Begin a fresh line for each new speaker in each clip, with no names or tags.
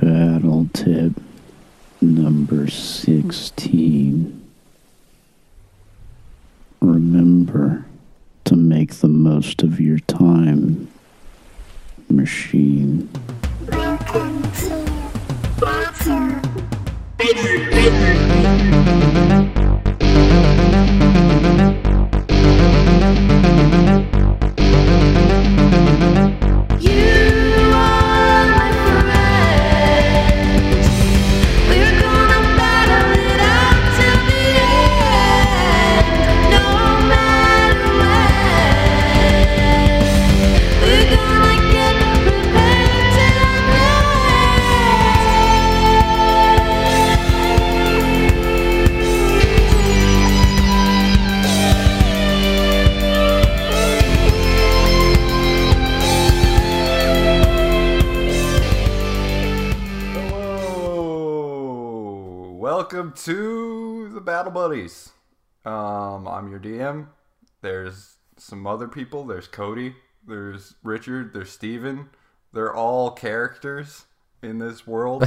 Travel tip number 16. Remember to make the most of your time, machine.
Welcome to Battle Bedroom.
Hello, welcome to the Battle Buddies. Um, I'm your DM. There's some other people. There's Cody. There's Richard. There's Steven. They're all characters in this world.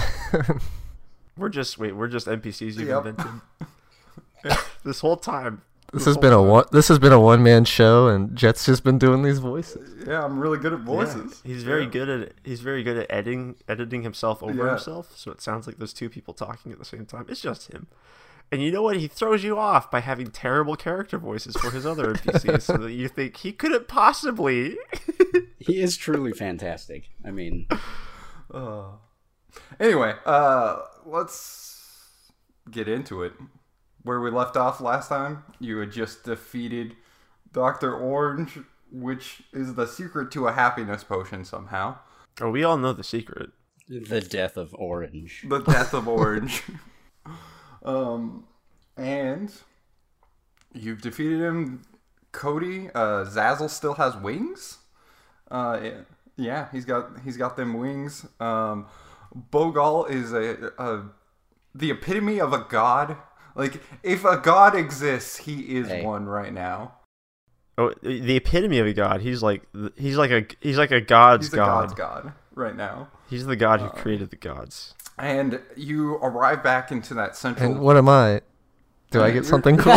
We're just wait, we're just NPCs you've
Yep.
invented. this whole time.
This has
Oh
been a one. This has been a one man show, and Jet's just been doing these voices.
yeah, I'm really good at voices.
He's very
Yeah.
good at he's very good at editing editing himself over
Yeah.
himself, so it sounds like there's two people talking at the same time. It's just him. And you know what? He throws you off by having terrible character voices for his other NPCs, so that you think he couldn't possibly.
He is truly fantastic. I mean,
Anyway, uh, let's get into it. Where we left off last time, you had just defeated Doctor Orange, which is the secret to a happiness potion somehow.
Oh, we all know the secret.
the death of Orange.
The death of Orange. um, and you've defeated him. Cody, uh, Zazzle still has wings. Uh, yeah, yeah, he's got he's got them wings. Um, Bogal is a, a the epitome of a god. Like if a god exists, he is
Hey.
one right now.
Oh, the epitome of a god. He's like he's like a he's like a god's
He's a
god.
god's god Uh, right now.
He's the god who created the gods.
And you arrive back into that central.
And what am I? Do I get something cool?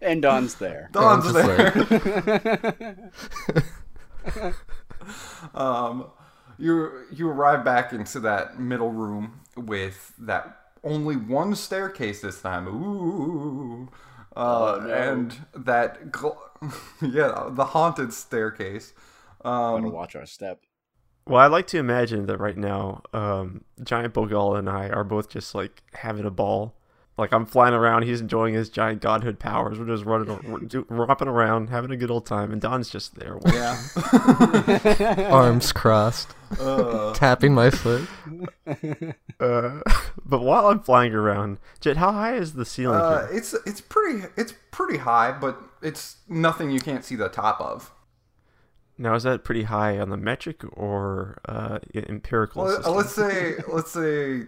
And Don's there.
Dawn's
I'm just
there. um, you you arrive back into that middle room with that only one staircase this time. Ooh. Uh, and that gl- yeah, the haunted staircase.
Gotta
Um,
watch our step.
Well, I like to imagine that right now, um, Giant Bogal and I are both just like having a ball. Like I'm flying around, he's enjoying his giant godhood powers. We're just running, ar- do- romping around, having a good old time, and Don's just there.
yeah.
Arms crossed,
Uh,
tapping my foot.
Uh, but while I'm flying around, Jet, how high is the ceiling?
uh,
here?
it's it's pretty it's pretty high, but it's nothing you can't see the top of.
Now is that pretty high on the metric or uh, i- empirical?
Let-
system?
uh, let's say let's say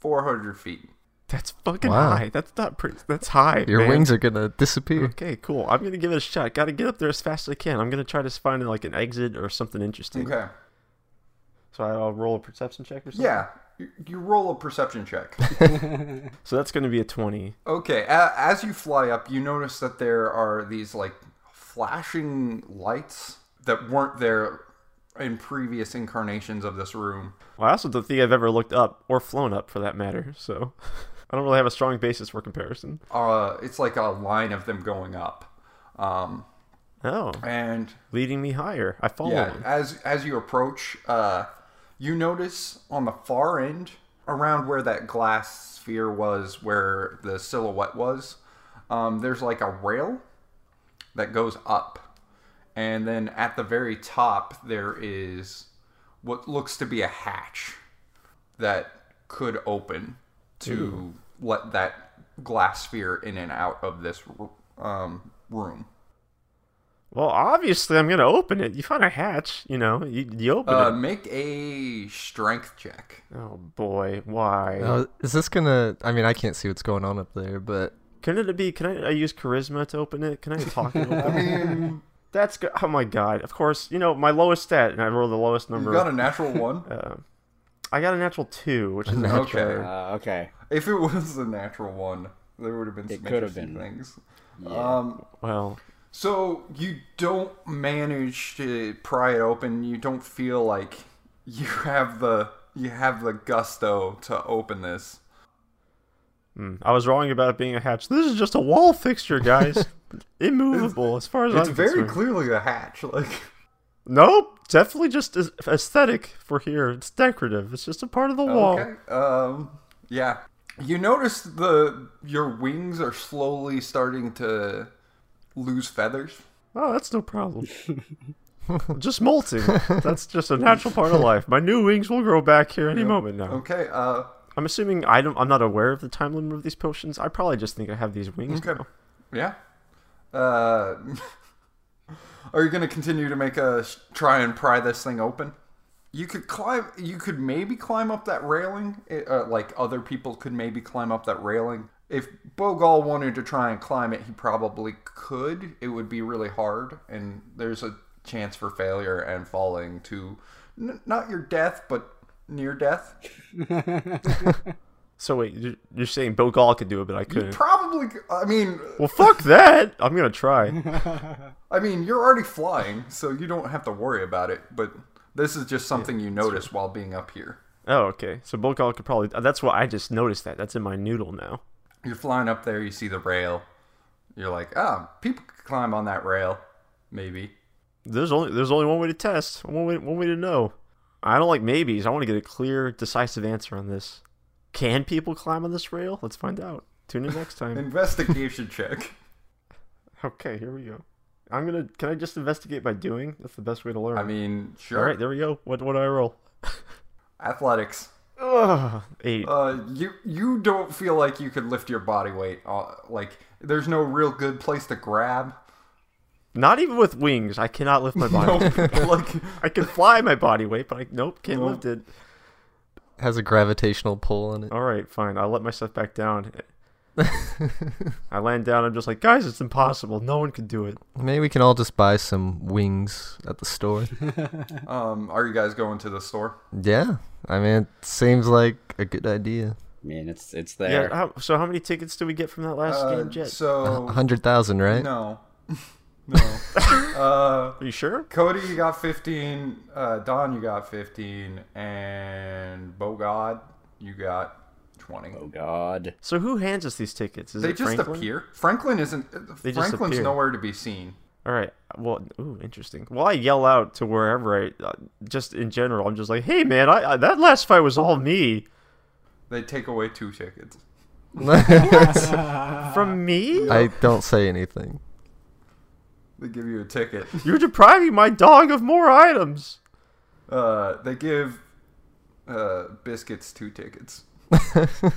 400 feet
That's fucking
Wow.
high. That's not pretty. That's high.
Your
man.
wings are gonna disappear.
Okay, cool. I'm gonna give it a shot. Got to get up there as fast as I can. I'm gonna try to find like an exit or something interesting.
okay
So I'll roll a perception check or something.
yeah you, you roll a perception check
So that's going to be a 20.
okay a, as you fly up you notice that there are these like flashing lights that weren't there in previous incarnations of this room
Well, I also don't think I've ever looked up or flown up for that matter. So I don't really have a strong basis for comparison.
uh, it's like a line of them going up um,
Oh,
and
leading me higher. I follow
Yeah,
him.
as as you approach, uh, you notice on the far end, around where that glass sphere was, where the silhouette was, um, there's like a rail that goes up, and then at the very top there is what looks to be a hatch that could open to let that glass sphere in and out of this um, room.
Well, obviously, I'm going to open it. You find a hatch, you know, you, you open
Uh, make a strength check.
it. Oh, boy.
uh,
Why?
Now, is this gonna? I mean, I can't see what's going on up there, but
Couldn't it be? Can I, I use charisma to open it? Can I talk to open it?
mean,
That's good. Oh my god! Of course, you know my lowest stat, and I rolled the lowest
You
number.
got a natural one.
I got a natural two, which is
okay.
Uh, okay.
If it was a natural one, there would have been
It
some
could have
interesting
been.
things. Um,
well.
so you don't manage to pry it open. You don't feel like you have the you have the gusto to open this.
hmm. I was wrong about it being a hatch. This is just a wall fixture, guys. Immovable, as far as
It's
I'm
very
concerned.
clearly a hatch. Like
Nope, definitely just as- aesthetic for here. It's decorative. It's just a part of the
Oh.
wall.
okay, um, yeah. You notice the your wings are slowly starting to lose feathers.
Oh, that's no problem. just molting. That's just a natural part of life. My new wings will grow back here any moment now.
Okay. Uh,
I'm assuming I don't. I'm not aware of the time limit of these potions. I probably just think I have these wings.
Okay.
now.
Yeah. Uh, are you going to continue to make us try and pry this thing open? You could climb. You could maybe climb up that railing. eh, Uh, like other people could maybe climb up that railing. If Bogal wanted to try and climb it, he probably could. It would be really hard, and there's a chance for failure and falling to n- not your death, but near death.
So wait, you're, you're saying Bogal could do it, but I couldn't.
Probably. c- I mean,
well, fuck that. I'm gonna try.
I mean, you're already flying, so you don't have to worry about it, but this is just something you notice while being up here.
Oh, okay. So Bogal could probably. That's what I just noticed. That that's in my noodle now.
You're flying up there, you see the rail. You're like, ah, people could climb on that rail, maybe.
There's only there's only one way to test. One way one way to know. I don't like maybes. I want to get a clear, decisive answer on this. Can people climb on this rail? Let's find out. Tune in next time.
Investigation check.
Okay, here we go. I'm gonna. Can I just investigate by doing? That's the best way to learn.
I mean, sure.
All right, there we go. What what do I roll?
Athletics.
Ugh, eight.
Uh, you you don't feel like you could lift your body weight. Uh, like, there's no real good place to grab.
Not even with wings, I cannot lift my body.
Nope. like,
I can fly my body weight, but I nope can't
Nope.
lift it.
Has a gravitational pull on it.
All right, fine. I'll let myself back down. I land down. I'm just like, guys, it's impossible. No one can do it.
Oh.
Maybe we can all just buy some wings at the store.
um, are you guys going to the store?
yeah, I mean, it seems like a good idea.
I mean, it's it's there.
Yeah. How, so how many tickets do we get from that last
Uh,
game, Jet?
A
so
hundred thousand, right?
No. no. uh,
Are you sure?
Cody, you got 15. Uh, Don, you got 15. And Bogod, you got 20.
Oh God.
So who hands us these tickets? Is
They
it
just
Franklin?
appear. Franklin isn't. uh,
They just
Franklin's
appear.
nowhere to be seen.
All right. Well, ooh, interesting. Well, I yell out to wherever I, uh, just in general, I'm just like, hey, man, I, I that last fight was all me.
They take away two tickets. Uh,
From me?
I don't say anything.
They give you a ticket.
You're depriving my dog of more items.
Uh, they give uh, Biscuits two tickets.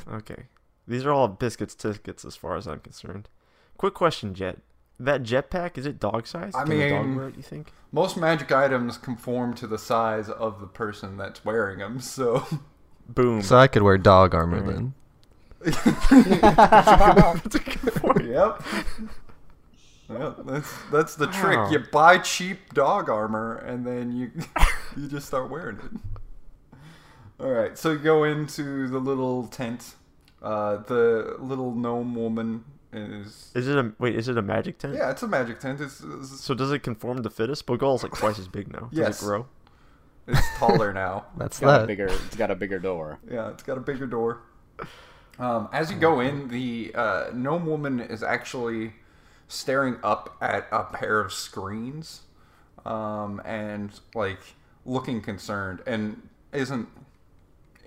Okay. These are all biscuits tickets as far as I'm concerned. Quick question, Jet. That jetpack, is it dog size?
I
Can a dog
mean-
wear it, you think?
Most magic items conform to the size of the person that's wearing them, so.
Boom.
So I could wear dog armor then.
That's a good point.
Yep. Yep, that's that's the
Wow.
trick. You buy cheap dog armor and then you you just start wearing it. All right, so you go into the little tent. Uh, the little gnome woman is
Is it a wait, is it a magic tent?
yeah, it's a magic tent. It's, it's,
So does it conform to fittest? Bogal's like twice as big now. Does
Yes.
it grow?
it's taller now.
That's
Got a
that.
bigger. It's got a bigger door.
Yeah, it's got a bigger door. Um, as you go in, the uh, gnome woman is actually staring up at a pair of screens um, and, like, looking concerned and isn't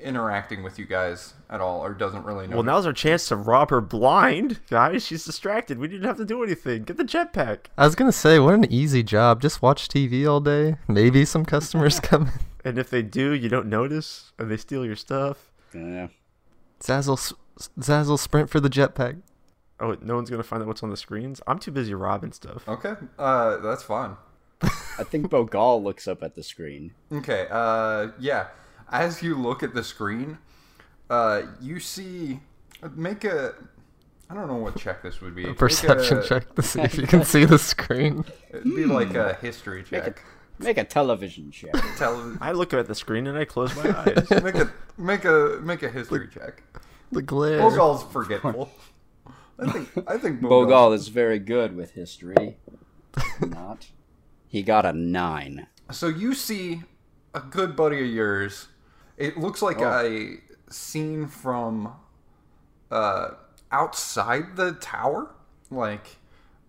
interacting with you guys at all or doesn't really know.
Well, now's our chance to rob her blind, guys. She's distracted. We didn't have to do anything. Get the jetpack.
I was gonna say, what an easy job. Just watch TV all day. Maybe some customers come. in.
And if they do, you don't notice, and they steal your stuff.
Yeah.
Zazzle, s- Zazzle, sprint for the jetpack.
Oh, no one's gonna find out what's on the screens. I'm too busy robbing stuff.
okay, uh, that's fine.
I think Bogal looks up at the screen.
Okay, uh, yeah. As you look at the screen, uh, you see. Make a. I don't know what check this would be.
A
Make
perception
a-
check to see if you can see the screen.
It'd be like Hmm. a history
Make a,
check.
make a television check.
Tele-
I look at the screen and I close my eyes.
make a make a make a history check.
The glare.
Bogal's forgetful. I think I think Bogal.
Bogal is very good with history. Not. He got a nine.
So you see a good buddy of yours. It looks like a scene from uh, outside the tower, like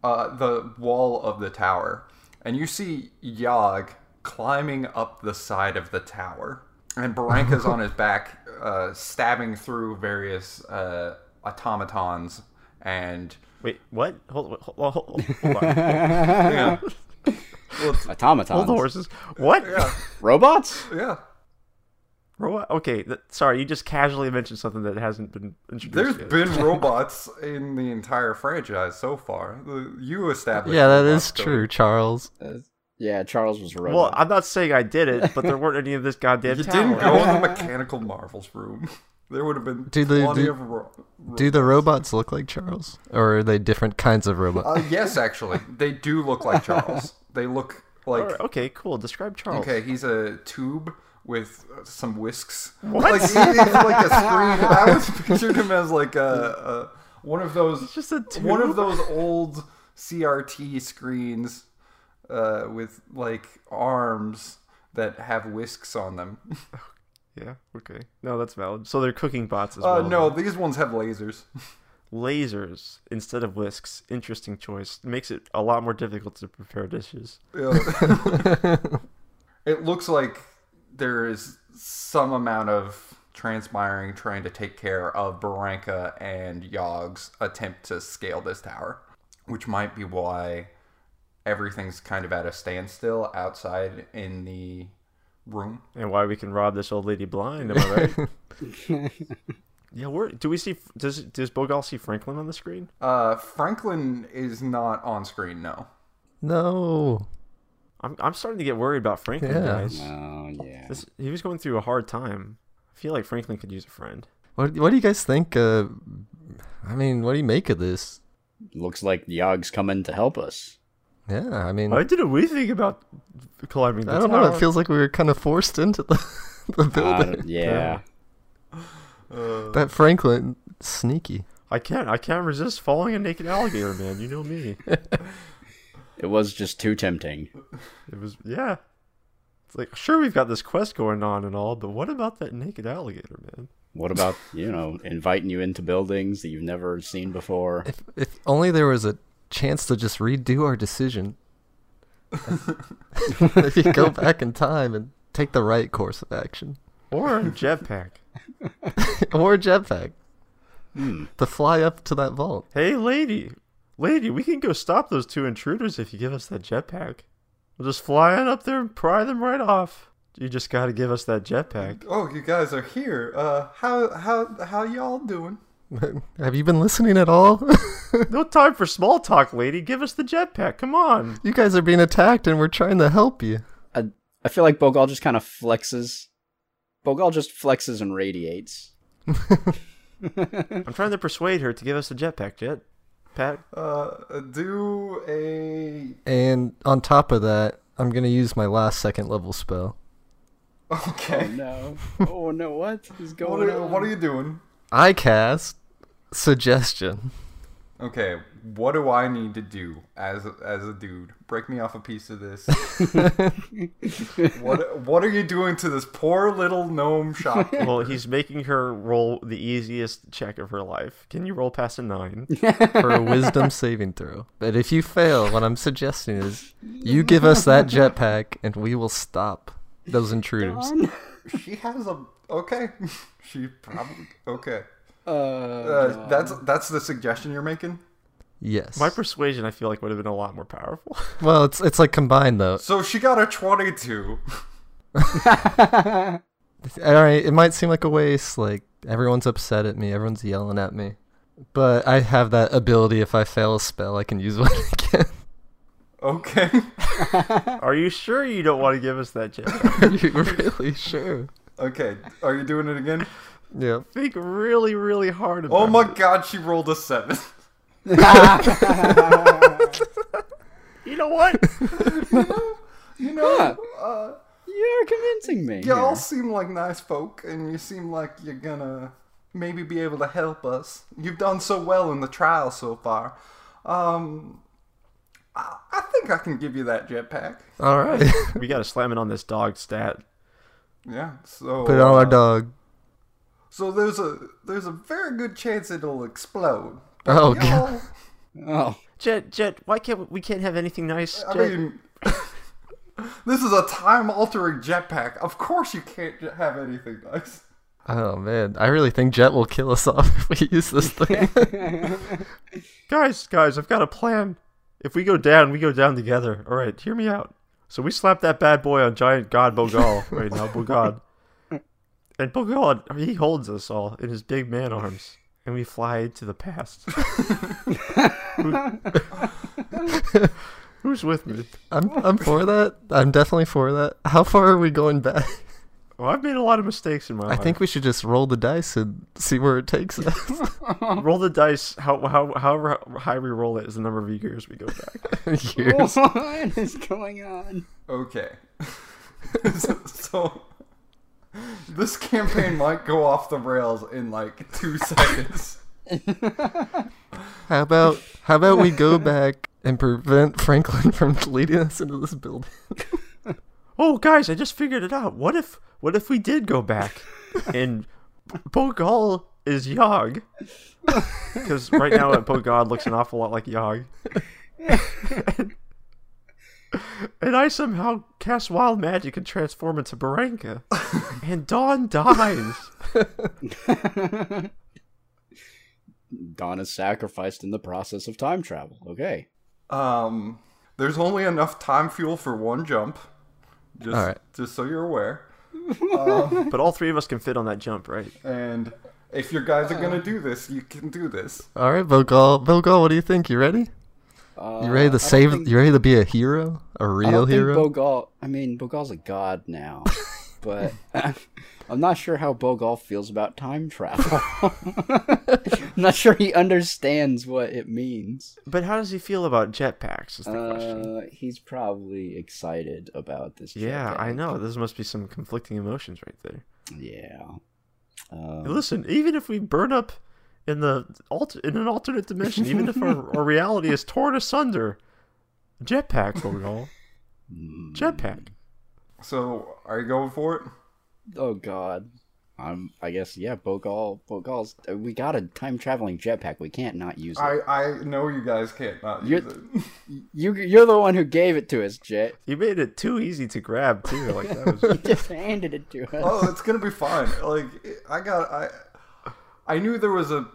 uh, the wall of the tower, and you see Yog climbing up the side of the tower, and Baranka's on his back, uh, stabbing through various uh, automatons and.
Wait, what? Hold, hold, hold, hold on.
Yeah. Well, it's-
Automatons.
Hold the horses. What?
yeah,
Robots?
yeah.
Robot? Okay, th- sorry, you just casually mentioned something that hasn't been
There's
introduced. yet.
been robots in the entire franchise so far. The- You established.
Yeah, that
robots,
is
so-
true, Charles.
Uh, yeah, Charles was a
Well,
robot.
I'm not saying I did it, but there weren't any of this goddamn
You
tower.
didn't go in the mechanical marvels room. There would have been
Do the-
plenty
do-
of. Ro- ro-
Do the robots look like Charles, or are they different kinds of robots?
uh, yes, actually, they do look like Charles. They look like
Alright, okay, cool. Describe Charles.
okay. He's a tube with uh, some whisks.
What?
Like, he- he's like a screen. I was pictured him as like a, a one of those.
just a
one of
tube?
those old CRT screens uh, with like arms that have whisks on them.
Yeah. Okay. No, that's valid. So they're cooking bots as
Uh,
well.
no,
then.
these ones have lasers.
Lasers instead of whisks. Interesting choice. Makes it a lot more difficult to prepare dishes.
Yeah. it looks like there is some amount of transpiring trying to take care of Baranka and Yogg's attempt to scale this tower, which might be why everything's kind of at a standstill outside in the room.
And why we can rob this old lady blind? Am I right? yeah. Where do we see? Does does Bogal see Franklin on the screen?
Uh, Franklin is not on screen, no.
No.
I'm I'm starting to get worried about Franklin,
Yeah.
guys.
oh, yeah.
This, he was going through a hard time. I feel like Franklin could use a friend.
What What do you guys think? Uh, I mean, what do you make of this?
Looks like Yog's coming to help us.
Yeah, I mean,
What did we think about climbing the
I don't know. It feels like we were kind of forced into the the
I
building.
don't- Um, yeah.
that Franklin sneaky.
I can't. I can't resist following a naked alligator, man. You know me.
It was just too tempting.
It was yeah. It's like sure we've got this quest going on and all, but what about that naked alligator man?
What about, you know, inviting you into buildings that you've never seen before?
If if only there was a chance to just redo our decision. if you go back in time and take the right course of action,
Or a jetpack.
or a jetpack
Hmm.
to fly up to that vault.
Hey lady, lady, we can go stop those two intruders if you give us that jetpack. We'll just fly on up there and pry them right off. You just got to give us that jetpack.
Oh, you guys are here. Uh, how how how y'all doing?
Have you been listening at all?
No time for small talk, lady. Give us the jetpack. Come on.
you guys are being attacked, and we're trying to help you.
I, I feel like Bogal just kind of flexes. Bogal just flexes and radiates.
I'm trying to persuade her to give us the jetpack, Jet. Pat,
Uh, do a
And on top of that, I'm gonna use my last second level spell.
okay.
No. Oh, no, what is
What
going
are,
on?
what are you doing?
I cast suggestion.
Okay, what do I need to do as as a dude? Break me off a piece of this. what what are you doing to this poor little gnome shop?
well, he's making her roll the easiest check of her life. Can you roll past a nine?
for a wisdom saving throw. But if you fail, what I'm suggesting is you give us that jetpack and we will stop those intruders.
she has a okay. She probably okay.
Uh,
Uh, that's that's the suggestion you're making.
Yes.
My persuasion, I feel like, would have been a lot more powerful.
well, it's it's like combined though.
So she got a twenty-two.
All right, it might seem like a waste. Like everyone's upset at me, everyone's yelling at me. But I have that ability. If I fail a spell, I can use one again.
Okay.
Are you sure you don't want to give us that jetpack?
Are you really sure?
Okay. Are you doing it again?
Yeah.
Think really, really hard about
Oh my
it.
god, she rolled a seven.
You know what?
You know,
Yeah.
uh,
You're convincing me.
y'all
here.
seem like nice folk, and you seem like you're gonna maybe be able to help us. You've done so well in the trial so far. Um, I, I think I can give you that jetpack.
All right.
we gotta slam it on this dog stat.
Yeah. So
Put it on
uh,
our dog.
So there's a there's a very good chance it'll explode.
Oh, God.
Y'all,
Oh,
Jet, Jet, why can't we, we can't have anything nice?
I
Jet?
mean, this is a time altering jetpack. Of course you can't j- have anything nice.
Oh, man. I really think Jet will kill us off if we use this thing.
guys, guys, I've got a plan. If we go down, we go down together. All right, hear me out. So we slap that bad boy on giant God Bogal right now, Bogod. And Bogod, he holds us all in his big man arms, and we fly to the past. Who- who's with me?
I'm, I'm for that. I'm definitely for that. How far are we going back?
Well, I've made a lot of mistakes in my
I
life.
think we should just roll the dice and see where it takes us.
roll the dice. How how however high we roll it is the number of years we go back.
Years.
Oh, what is going on?
Okay. so, so this campaign might go off the rails in like two seconds.
How about how about we go back and prevent Franklin from leading us into this building?
oh, guys, I just figured it out. What if what if we did go back and Bogal is Yog? Because right now Bogod looks an awful lot like Yog. And I somehow cast wild magic and transform into Baranka. and Dawn dies.
Don is sacrificed in the process of time travel. Okay.
Um, there's only enough time fuel for one jump. Just,
All right.
just so you're aware.
But all three of us can fit on that jump, right?
And if you guys are gonna do this, you can do this.
All right, Bogal. Bogal, what do you think? You ready?
Uh,
You ready to save? You ready to be a hero? A
I
real
don't think
hero?
Bogal. I mean, Bogal's a god now, but I'm not sure how Bogal feels about time travel. I'm not sure he understands what it means.
But how does he feel about jetpacks? Is the question.
Uh, he's probably excited about this. eh?
Yeah, I
jetpack.
know. Those must be some conflicting emotions right there.
Yeah. Um,
Listen, even if we burn up in the alter, in an alternate dimension, even if our, our reality is torn asunder, jetpack, Bogal. jetpack.
So are you going for it?
oh God. I'm. I guess. Yeah. Bogal. Bogal's. uh, We got a time traveling jetpack. We can't not use it.
I I know you guys can't not
You're-
use it.
You. You're the one who gave it to us, Jet.
You made it too easy to grab too. Like that was.
You just handed it to us.
oh, it's gonna be fine. Like I got I I knew there was a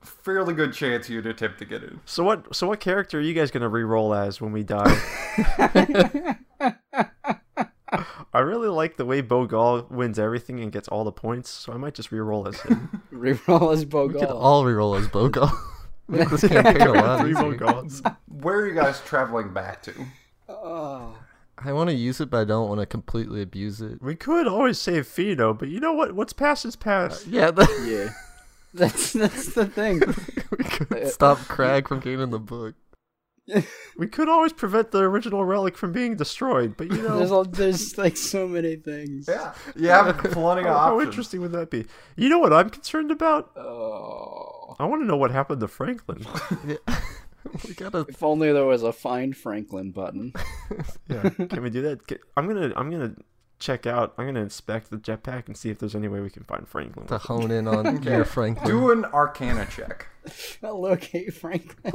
fairly good chance you'd attempt to get in.
so what? So what character are you guys gonna re-roll as when we die? I really like the way Bogal wins everything and gets all the points, so I might just re-roll as him.
Reroll as Bogal.
We could all reroll as Bogal. Make this campaign a lot
Three
easier.
Bogals.
Where are you guys traveling back to?
Oh.
I want to use it, but I don't want to completely abuse it.
We could always save Fido, but you know what? What's past is past.
Yeah, that,
Yeah. That's that's the thing.
we could stop Crag from getting the book.
We could always prevent the original relic from being destroyed, but you
There's
know,
all, there's like so many things.
Yeah, you have plenty of
Oh, how, how
options.
interesting would that be? You know what I'm concerned about?
Oh.
I want to know what happened to Franklin.
Yeah. we gotta.
If only there was a find Franklin button.
Yeah, can we do that? Ca- I'm gonna, I'm gonna check out. I'm gonna inspect the jetpack and see if there's any way we can find Franklin.
To hone in on your Franklin.
Do an Arcana check.
Locate Franklin.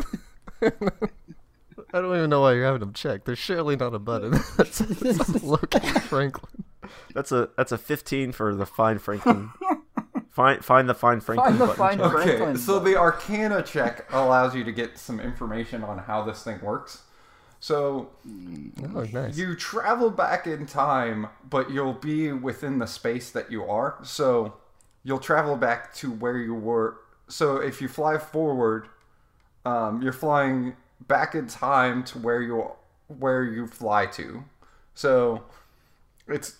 I don't even know why you're having them checked. There's surely not a button that says locate Franklin.
That's a, that's a 15 for the find Franklin. find, find the find Franklin.
the
button.
find-
Okay,
Franklin
so the Arcana check allows you to get some information on how this thing works. So
Oh, nice.
you travel back in time, but you'll be within the space that you are. So you'll travel back to where you were. So if you fly forward, um, you're flying back in time to where you where you fly to. So it's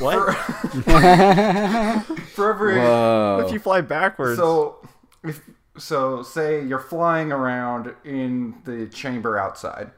What?
For every
Whoa.
if you fly backwards?
so if so say you're flying around in the chamber outside.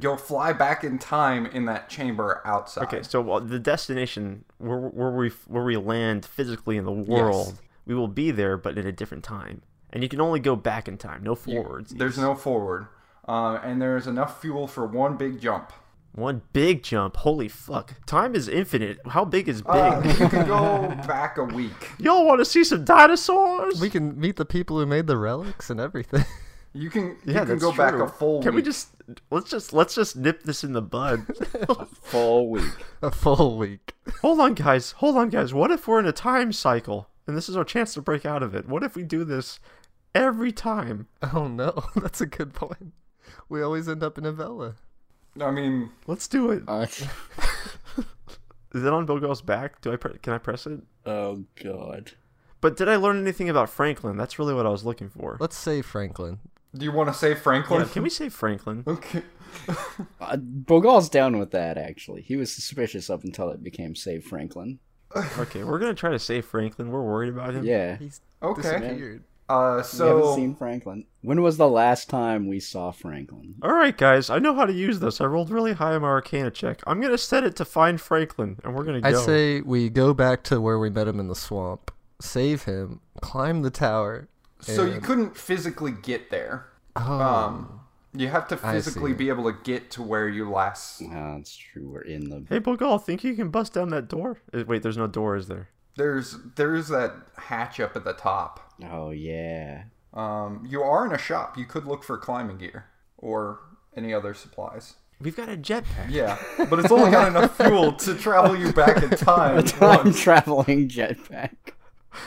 You'll fly back in time in that chamber outside.
okay, so well, the destination where where we where we land physically in the world, we will be there, but in a different time, and you can only go back in time, no forwards.
There's no forward. Uh, and there's enough fuel for one big jump.
One big jump. Holy fuck! Time is infinite. How big is big?
Uh, you can go back a week.
Y'all want to see some dinosaurs?
We can meet the people who made the relics and everything.
You can you
yeah,
can
that's
go back
true.
a full
Can we
week.
just let's just let's just nip this in the bud?
full week.
a full week.
hold on, guys. Hold on, guys. What if we're in a time cycle and this is our chance to break out of it? What if we do this every time?
Oh no, that's a good point. We always end up in a villa.
I mean,
Let's do it.
Okay.
Is it on Bill Girl's back? Do I pre- can I press it?
Oh god.
But did I learn anything about Franklin? That's really what I was looking for.
Let's say Franklin.
do you want to say Franklin?
Yeah, can we say Franklin?
Okay.
Uh, Bogal's down with that. Actually, he was suspicious up until it became Save Franklin.
Okay, we're gonna try to save Franklin. We're worried about him.
Yeah,
He's
Okay.
disappeared.
Uh,
we haven't
so
seen Franklin. When was the last time we saw Franklin?
All right, guys. I know how to use this. I rolled really high on my Arcana check. I'm gonna set it to find Franklin, and we're gonna go.
I say we go back to where we met him in the swamp, save him, climb the tower.
so you
and-
couldn't physically get there.
Oh,
Um, you have to
I
physically
see.
be able to get to where you last.
Ah, that's true. We're in the
Hey, Bogal, think you can bust down that door? Uh, Wait, there's no door, is there?
There's there's that hatch up at the top.
Oh yeah.
Um, you are in a shop. You could look for climbing gear or any other supplies.
We've got a jetpack.
Yeah, but it's only got enough fuel to travel you back in time.
Time
once.
traveling jetpack.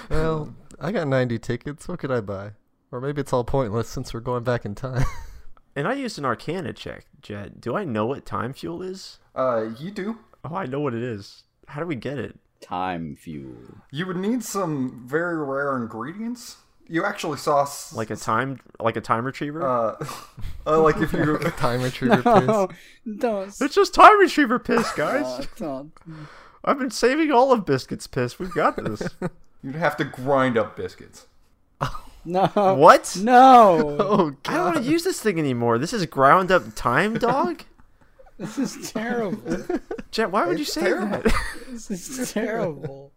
well, Um, I got 90 tickets. What could I buy? Or maybe it's all pointless since we're going back in time.
And I used an Arcana check, Jet. Do I know what time fuel is?
Uh, you do.
Oh, I know what it is. How do we get it?
Time fuel.
You would need some very rare ingredients. You actually saw s-
Like a time, like a time retriever?
uh, uh, like if you
time retriever
Oh,
piss.
don't.
it's just time retriever piss, guys.
don't.
I've been saving all of Biscuit's piss. We've got this.
you'd have to grind up biscuits.
Oh, No.
what?
No.
Oh,
I don't
God.
want to use this thing anymore. This is ground up time, dog.
This is terrible.
Jet, why would you
It's
say
terrible.
that?
This is terrible.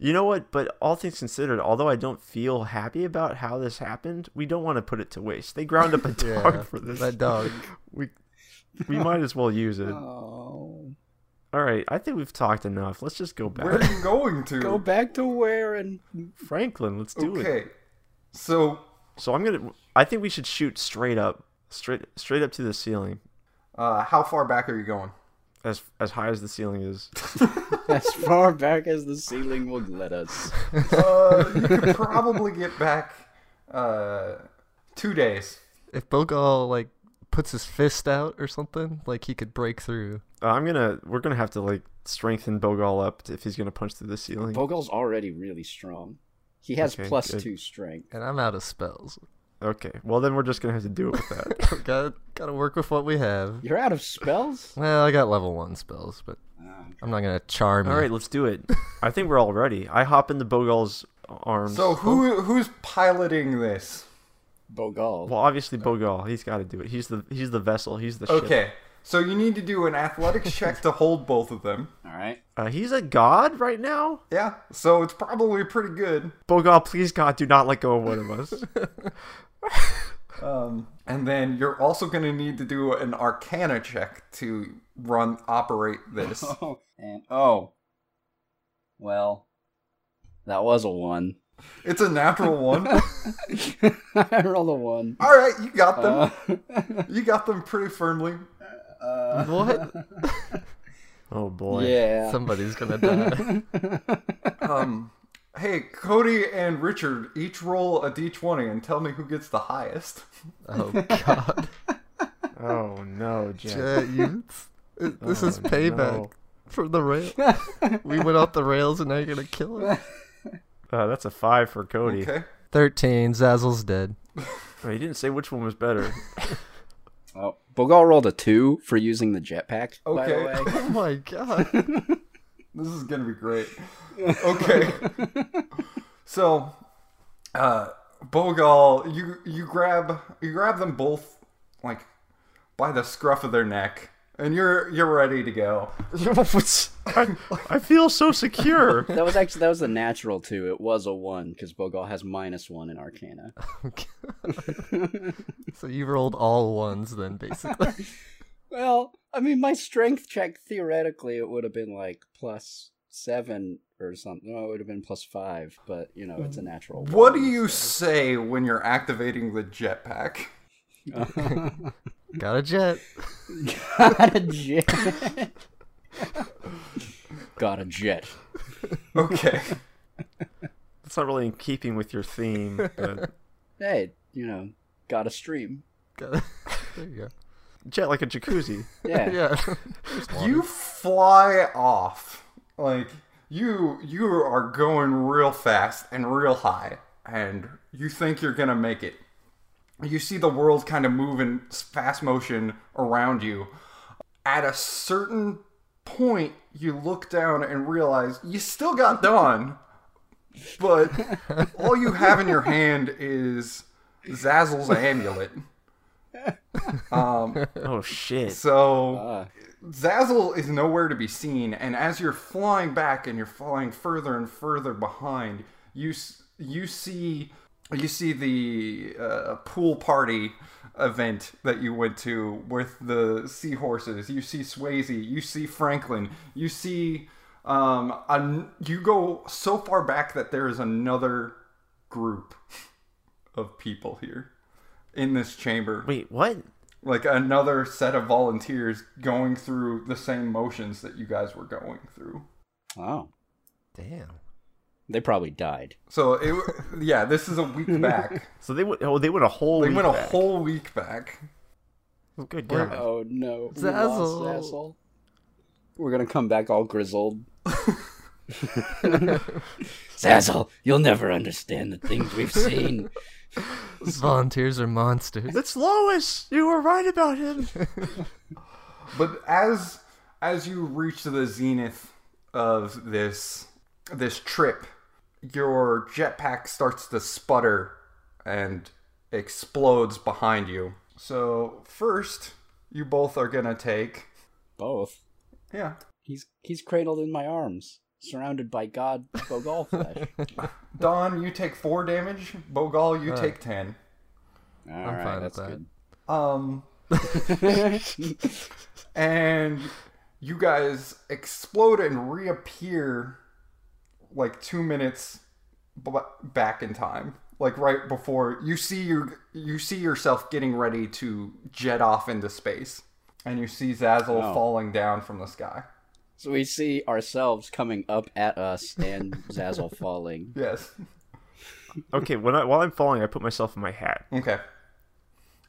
You know what? But all things considered, although I don't feel happy about how this happened, we don't want to put it to waste. They ground up a dog
Yeah,
for this.
that dog.
We we might as well use it. All
Oh.
right, I think we've talked enough. Let's just go back.
Where are you going to?
Go back to where and
Franklin, let's do it.
okay, so
So I'm gonna. I think we should shoot straight up, straight straight up to the ceiling,
uh, how far back are you going?
as as high as the ceiling is.
as far back as the ceiling will let us.
Uh, you could probably get back uh, two days.
If Bogal, like, puts his fist out or something, like, he could break through.
Uh, I'm gonna. We're gonna have to like strengthen Bogal up t- if he's gonna punch through the ceiling.
Bogal's already really strong. He has
Okay,
plus
good.
two strength.
And I'm out of spells.
okay. Well, then we're just gonna have to do it with that.
gotta, gotta work with what we have.
You're out of spells.
Well, I got level one spells, but I'm not gonna charm
all
you.
right, let's do it. I think we're all ready. I hop into Bogal's arms.
So who who's piloting this?
Bogal.
well, obviously Bogal. He's got to do it. He's the he's the vessel. He's the ship.
Okay, so you need to do an athletics check to hold both of them.
All right.
Uh, he's a god right now.
Yeah, so it's probably pretty good.
Bogal, please God, do not let go of one of us.
Um, and then you're also going to need to do an arcana check to run operate this.
Oh, and oh. Well, that was a one.
it's a natural one.
I rolled a one.
All right, you got them.
Uh,
you got them pretty firmly.
uh,
What?
Oh boy.
yeah.
Somebody's gonna die.
Uh. Um, hey, Cody and Richard, each roll a d20 and tell me who gets the highest.
oh God,
Oh no, Jack.
Jet, you, it- this is
Oh,
payback
no.
for the rail. we went off the rails, and now you're gonna kill us.
Uh, that's a five for Cody.
Okay.
Thirteen. Zazzle's dead.
Oh, he didn't say which one was better.
Oh, Bogal rolled a two for using the jetpack. By the
Okay.
way.
Oh my God.
This is gonna be great. Okay. so, uh, Bogal, you you grab you grab them both like by the scruff of their neck, and you're you're ready to go.
I, I feel so secure.
That was actually that was a natural two. It was a one because Bogal has minus one in Arcana.
So you rolled all ones then, basically.
Well, I mean, my strength check theoretically it would have been like plus seven or something. No, it would have been plus five, but you know, it's a natural.
What do you say when you're activating the jetpack?
Got a jet.
Got a jet. Got a jet.
Okay.
It's not really in keeping with your theme, uh, but
Hey, you know, got a stream.
Got a... There you go.
jet like a jacuzzi.
Yeah.
Yeah.
you fly off like you you are going real fast and real high and you think you're gonna make it you see the world kind of move in s- fast motion around you at a certain point you look down and realize you still got done but all you have in your hand is zazzle's amulet Um,
Oh shit!
so
Ah.
Zazzle is nowhere to be seen, and as you're flying back and you're falling further and further behind, you s- you see you see the uh, pool party event that you went to with the seahorses. You see Swayze. You see Franklin. You see um, an, you go so far back that there is another group of people here in this chamber
Wait, what?
like another set of volunteers going through the same motions that you guys were going through.
oh,
Damn.
they probably died.
So it, yeah, this is a week back.
So they went. Oh, they went a whole.
they
week
went a
back.
whole week back.
Good God.
Oh no, we
Zazzle.
lost Zazzle. We're gonna come back all grizzled. Zazzle, you'll never understand the things we've seen.
Volunteers are monsters.
That's Lois. You were right about him.
But as as you reach the zenith of this this trip, your jetpack starts to sputter and explodes behind you. So first, you both are gonna take
Both.
yeah
He's he's cradled in my arms, surrounded by God Bogal flesh.
Don, you take four damage. Bogal,
Uh,
you take ten.
All right,
fine with
that's
that.
good.
Um, and you guys explode and reappear like two minutes b- back in time, like right before you see you you see yourself getting ready to jet off into space, and you see Zazzle
Oh.
falling down from the sky.
So we see ourselves coming up at us and Zazzle falling.
Yes.
okay, when I, while I'm falling, I put myself in my hat
Okay.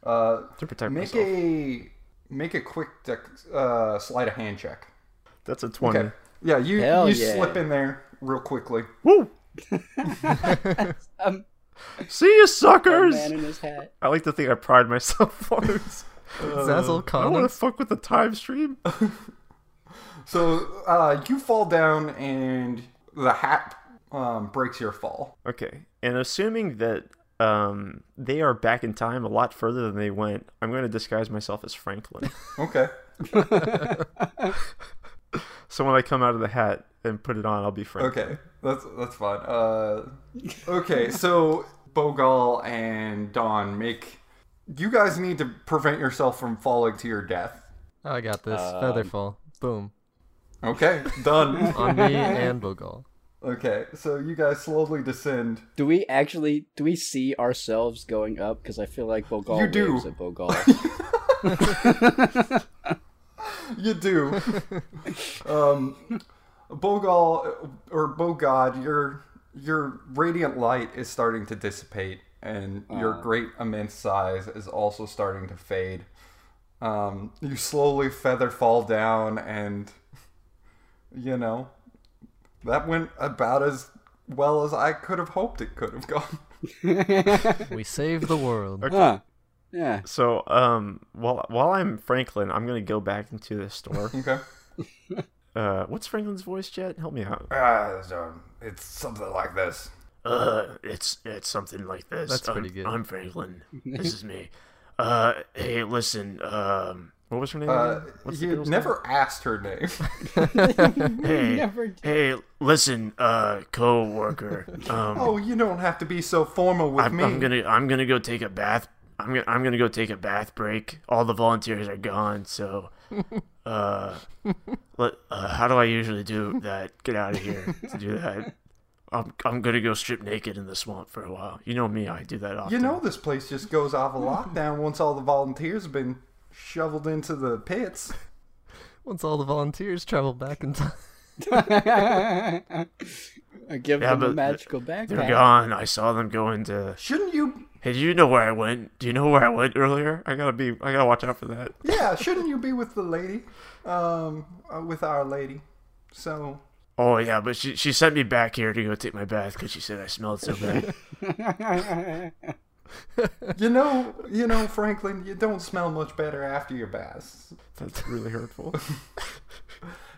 Uh,
to protect
make
myself.
a make a quick dex uh, slide a hand check.
That's a twenty.
Okay. Yeah, you
Hell
you
yeah.
slip in there real quickly.
Woo!
Um,
See you,
a
suckers.
man in his hat.
I like to think I pride myself on. it.
Zazzle
I don't want to
condoms.
fuck with the time stream.
So uh, you fall down, and the hat um, breaks your fall.
Okay, and assuming that um, they are back in time a lot further than they went, I'm going to disguise myself as Franklin.
Okay.
so when I come out of the hat and put it on, I'll be Franklin.
Okay. That's that's fine. Uh, okay. So Bogal and Don make. You guys need to prevent yourself from falling to your death.
Oh, I got this.
Um,
Featherfall. Boom.
Okay. Done.
On me and Bogal.
okay. So you guys slowly descend.
Do we actually do we see ourselves going up? Because I feel like Bogal
You do.
waves at Bogal.
You do. um, Bogal or Bogod, your your radiant light is starting to dissipate, and your great immense size is also starting to fade. Um, you slowly feather fall down, and you know that went about as well as I could have hoped it could have gone.
We save the world.
huh. Yeah.
So um, while while I'm Franklin, I'm going to go back into the store
okay.
Uh, what's Franklin's voice, Jet? Help me out.
Uh, so it's something like this.
Uh, it's it's something like this.
That's
I'm,
pretty good.
I'm Franklin. This is me. Uh, hey, listen. Um,
What was her name?
Uh,
again? What's the
you
girl's
never asked her name.
hey,
Never did.
hey, listen. Uh, coworker. Um,
oh, you don't have to be so formal with
I'm,
me.
I'm gonna I'm gonna go take a bath. I'm gonna I'm gonna go take a bath break. All the volunteers are gone, so uh, let, uh how do I usually do that? Get out of here to do that. I'm I'm gonna go strip naked in the swamp for a while. You know me, I do that often.
You know this place just goes off a lockdown once all the volunteers have been shoveled into the pits.
Once all the volunteers travel back in time.
I give
Yeah,
them a
but
magical
they're
backpack.
gone. I saw them go into.
Shouldn't you?
Hey, do you know where I went? Do you know where I went earlier?
I gotta be. I gotta watch out for that.
Yeah, shouldn't you be with the lady? Um, uh, with our lady. So
Oh yeah, but she she sent me back here to go take my bath because she said I smelled so bad.
you know, you know, Franklin, you don't smell much better after your baths.
That's really hurtful.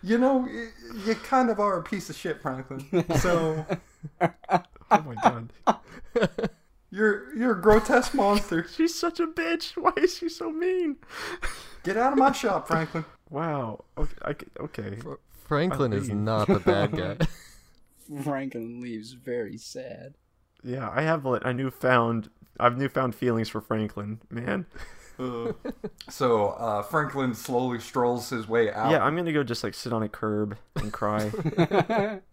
You know, y- you kind of are a piece of shit, Franklin. So
oh my god.
you're you're a grotesque monster.
She's such a bitch. Why is she so mean?
Get out of my shop, Franklin.
Wow. Okay. I c okay.
Fr- Franklin is
Agreed.
not the bad guy.
Franklin leaves very sad.
Yeah. I have like a newfound. I've newfound feelings for Franklin, man.
So uh, Franklin slowly strolls his way out.
Yeah, I'm gonna go just like sit on a curb and cry.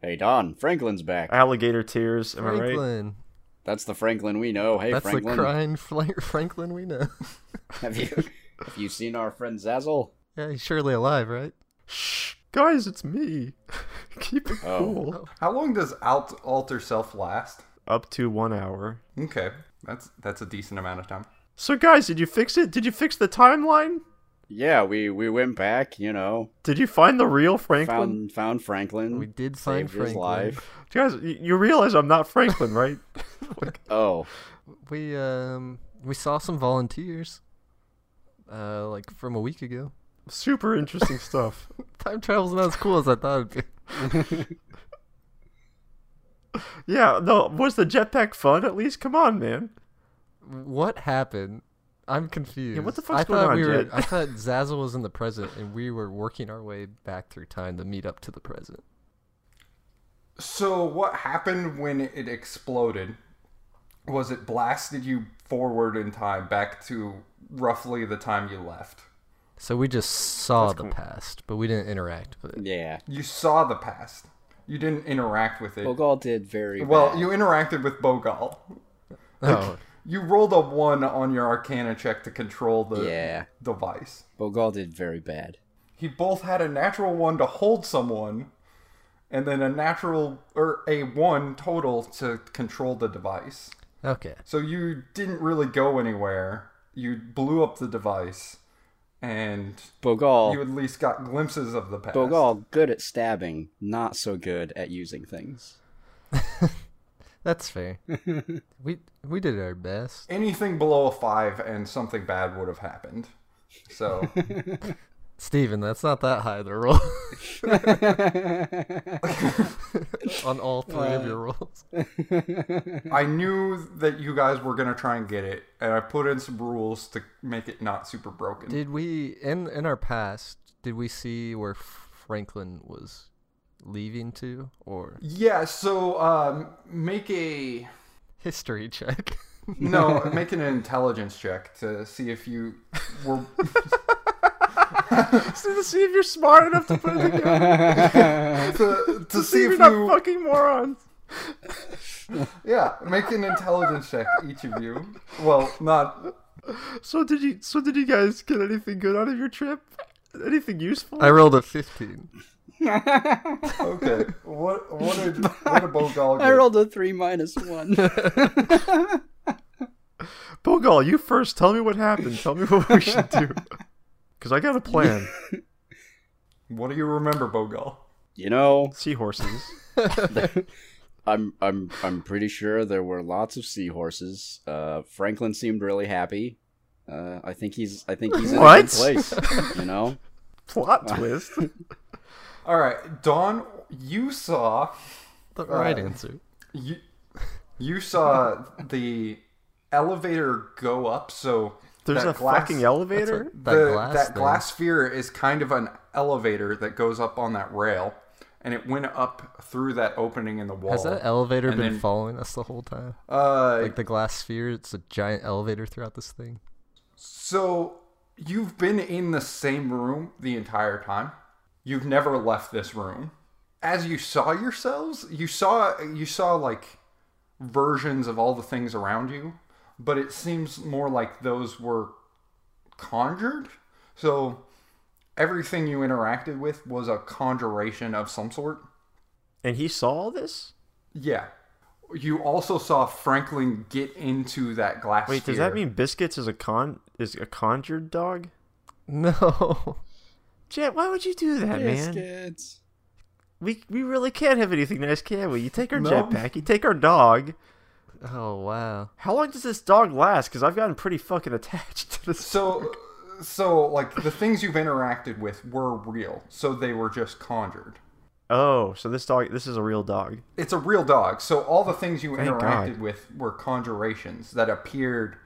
Hey Don, Franklin's back.
Alligator tears. Am I right?
Franklin.
That's the Franklin we know. Hey
That's
Franklin,
the crying fl- Franklin we know.
have you have you seen our friend Zazzle?
Yeah, he's surely alive, right?
Shh, guys, it's me. Keep it cool.
How long does alt- alter self last?
Up to one hour.
Okay, that's that's a decent amount of time.
So, guys, did you fix it? Did you fix the timeline?
Yeah, we we went back. You know,
Did you find the real Franklin?
found found Franklin.
We
Mm-hmm.
did find
saved his
Franklin.
life.
Guys, y- you realize I'm not Franklin, right? Like,
Oh,
We um we saw some volunteers. Uh, like from a week ago.
super interesting stuff.
Time travel's not as cool as I thought it'd be.
Yeah, no, was the jetpack fun at least? Come on, man.
What happened? I'm confused.
what the fuck's
I
going
thought
on,
we were,
Jed?
I thought Zazzle was in the present, and we were working our way back through time to meet up to the present.
So what happened when it exploded? Was it blasted you forward in time back to roughly the time you left?
So we just saw the past, but we didn't interact with it.
yeah.
You saw the past. You didn't interact with it.
Bogal did very
Well,
bad.
you interacted with Bogal.
Oh,
You rolled a one on your Arcana check to control the
Yeah.
device.
Bogal did very bad.
He both had a natural one to hold someone, and then a natural or a one total to control the device.
okay.
So you didn't really go anywhere. You blew up the device, and you
Bogal,
at least got glimpses of the past.
Bogal, good at stabbing, not so good at using things.
That's fair. we we did our best.
Anything below a five, and something bad would have happened. So
Steven, that's not that high the roll. On all three of
Uh,
your rolls.
I knew that you guys were gonna try and get it, and I put in some rules to make it not super broken.
Did we in in our past, did we see where Franklin was leaving to or
yeah. So um, make a
history check?
no, make an intelligence check to see if you were.
See, to see if you're smart enough to put it together.
to, to see
See
if
if
you
you're not fucking morons.
Yeah, make an intelligence check, each of you. Well, not.
So did you? So did you guys get anything good out of your trip? Anything useful?
I rolled a 15.
Okay. What what did what did Bogal get?
I rolled a three minus one.
Bogal, you first. Tell me what happened. Tell me what we should do. Because I got a plan.
What do you remember, Bogal?
you know,
Seahorses.
I'm I'm I'm pretty sure there were lots of seahorses. Uh, Franklin seemed really happy. Uh, I think he's I think he's in a
What?
good place. You know,
Plot twist.
All right, Dawn, you saw
The right answer.
you you saw the elevator go up. So
There's
that
a fucking elevator.
That
Uh, the-
glass.
that
thing.
glass sphere is kind of an elevator that goes up on that rail, and it went up through that opening in the wall.
Has that elevator
and
been
then-
following us the whole time?
uh,
Like the glass sphere, it's a giant elevator throughout this thing.
so you've been in the same room the entire time. You've never left this room. As you saw yourselves, you saw you saw like versions of all the things around you, but it seems more like those were conjured. So everything you interacted with was a conjuration of some sort.
And he saw all this?
Yeah. You also saw Franklin get into that glass.
Wait, does
sphere.
that mean Biscuits is a con is a conjured dog?
No.
Jet, why would you do that, man?
Biscuits.
We we really can't have anything nice, can we? You take our
No.
jetpack, you take our dog.
Oh wow.
How long does this dog last? Because I've gotten pretty fucking attached to this.
So, so like the things you've interacted with were real, so they were just conjured.
Oh, so this dog, this is a real dog.
It's a real dog, so all the things you
Thank
interacted
God.
with were conjurations that appeared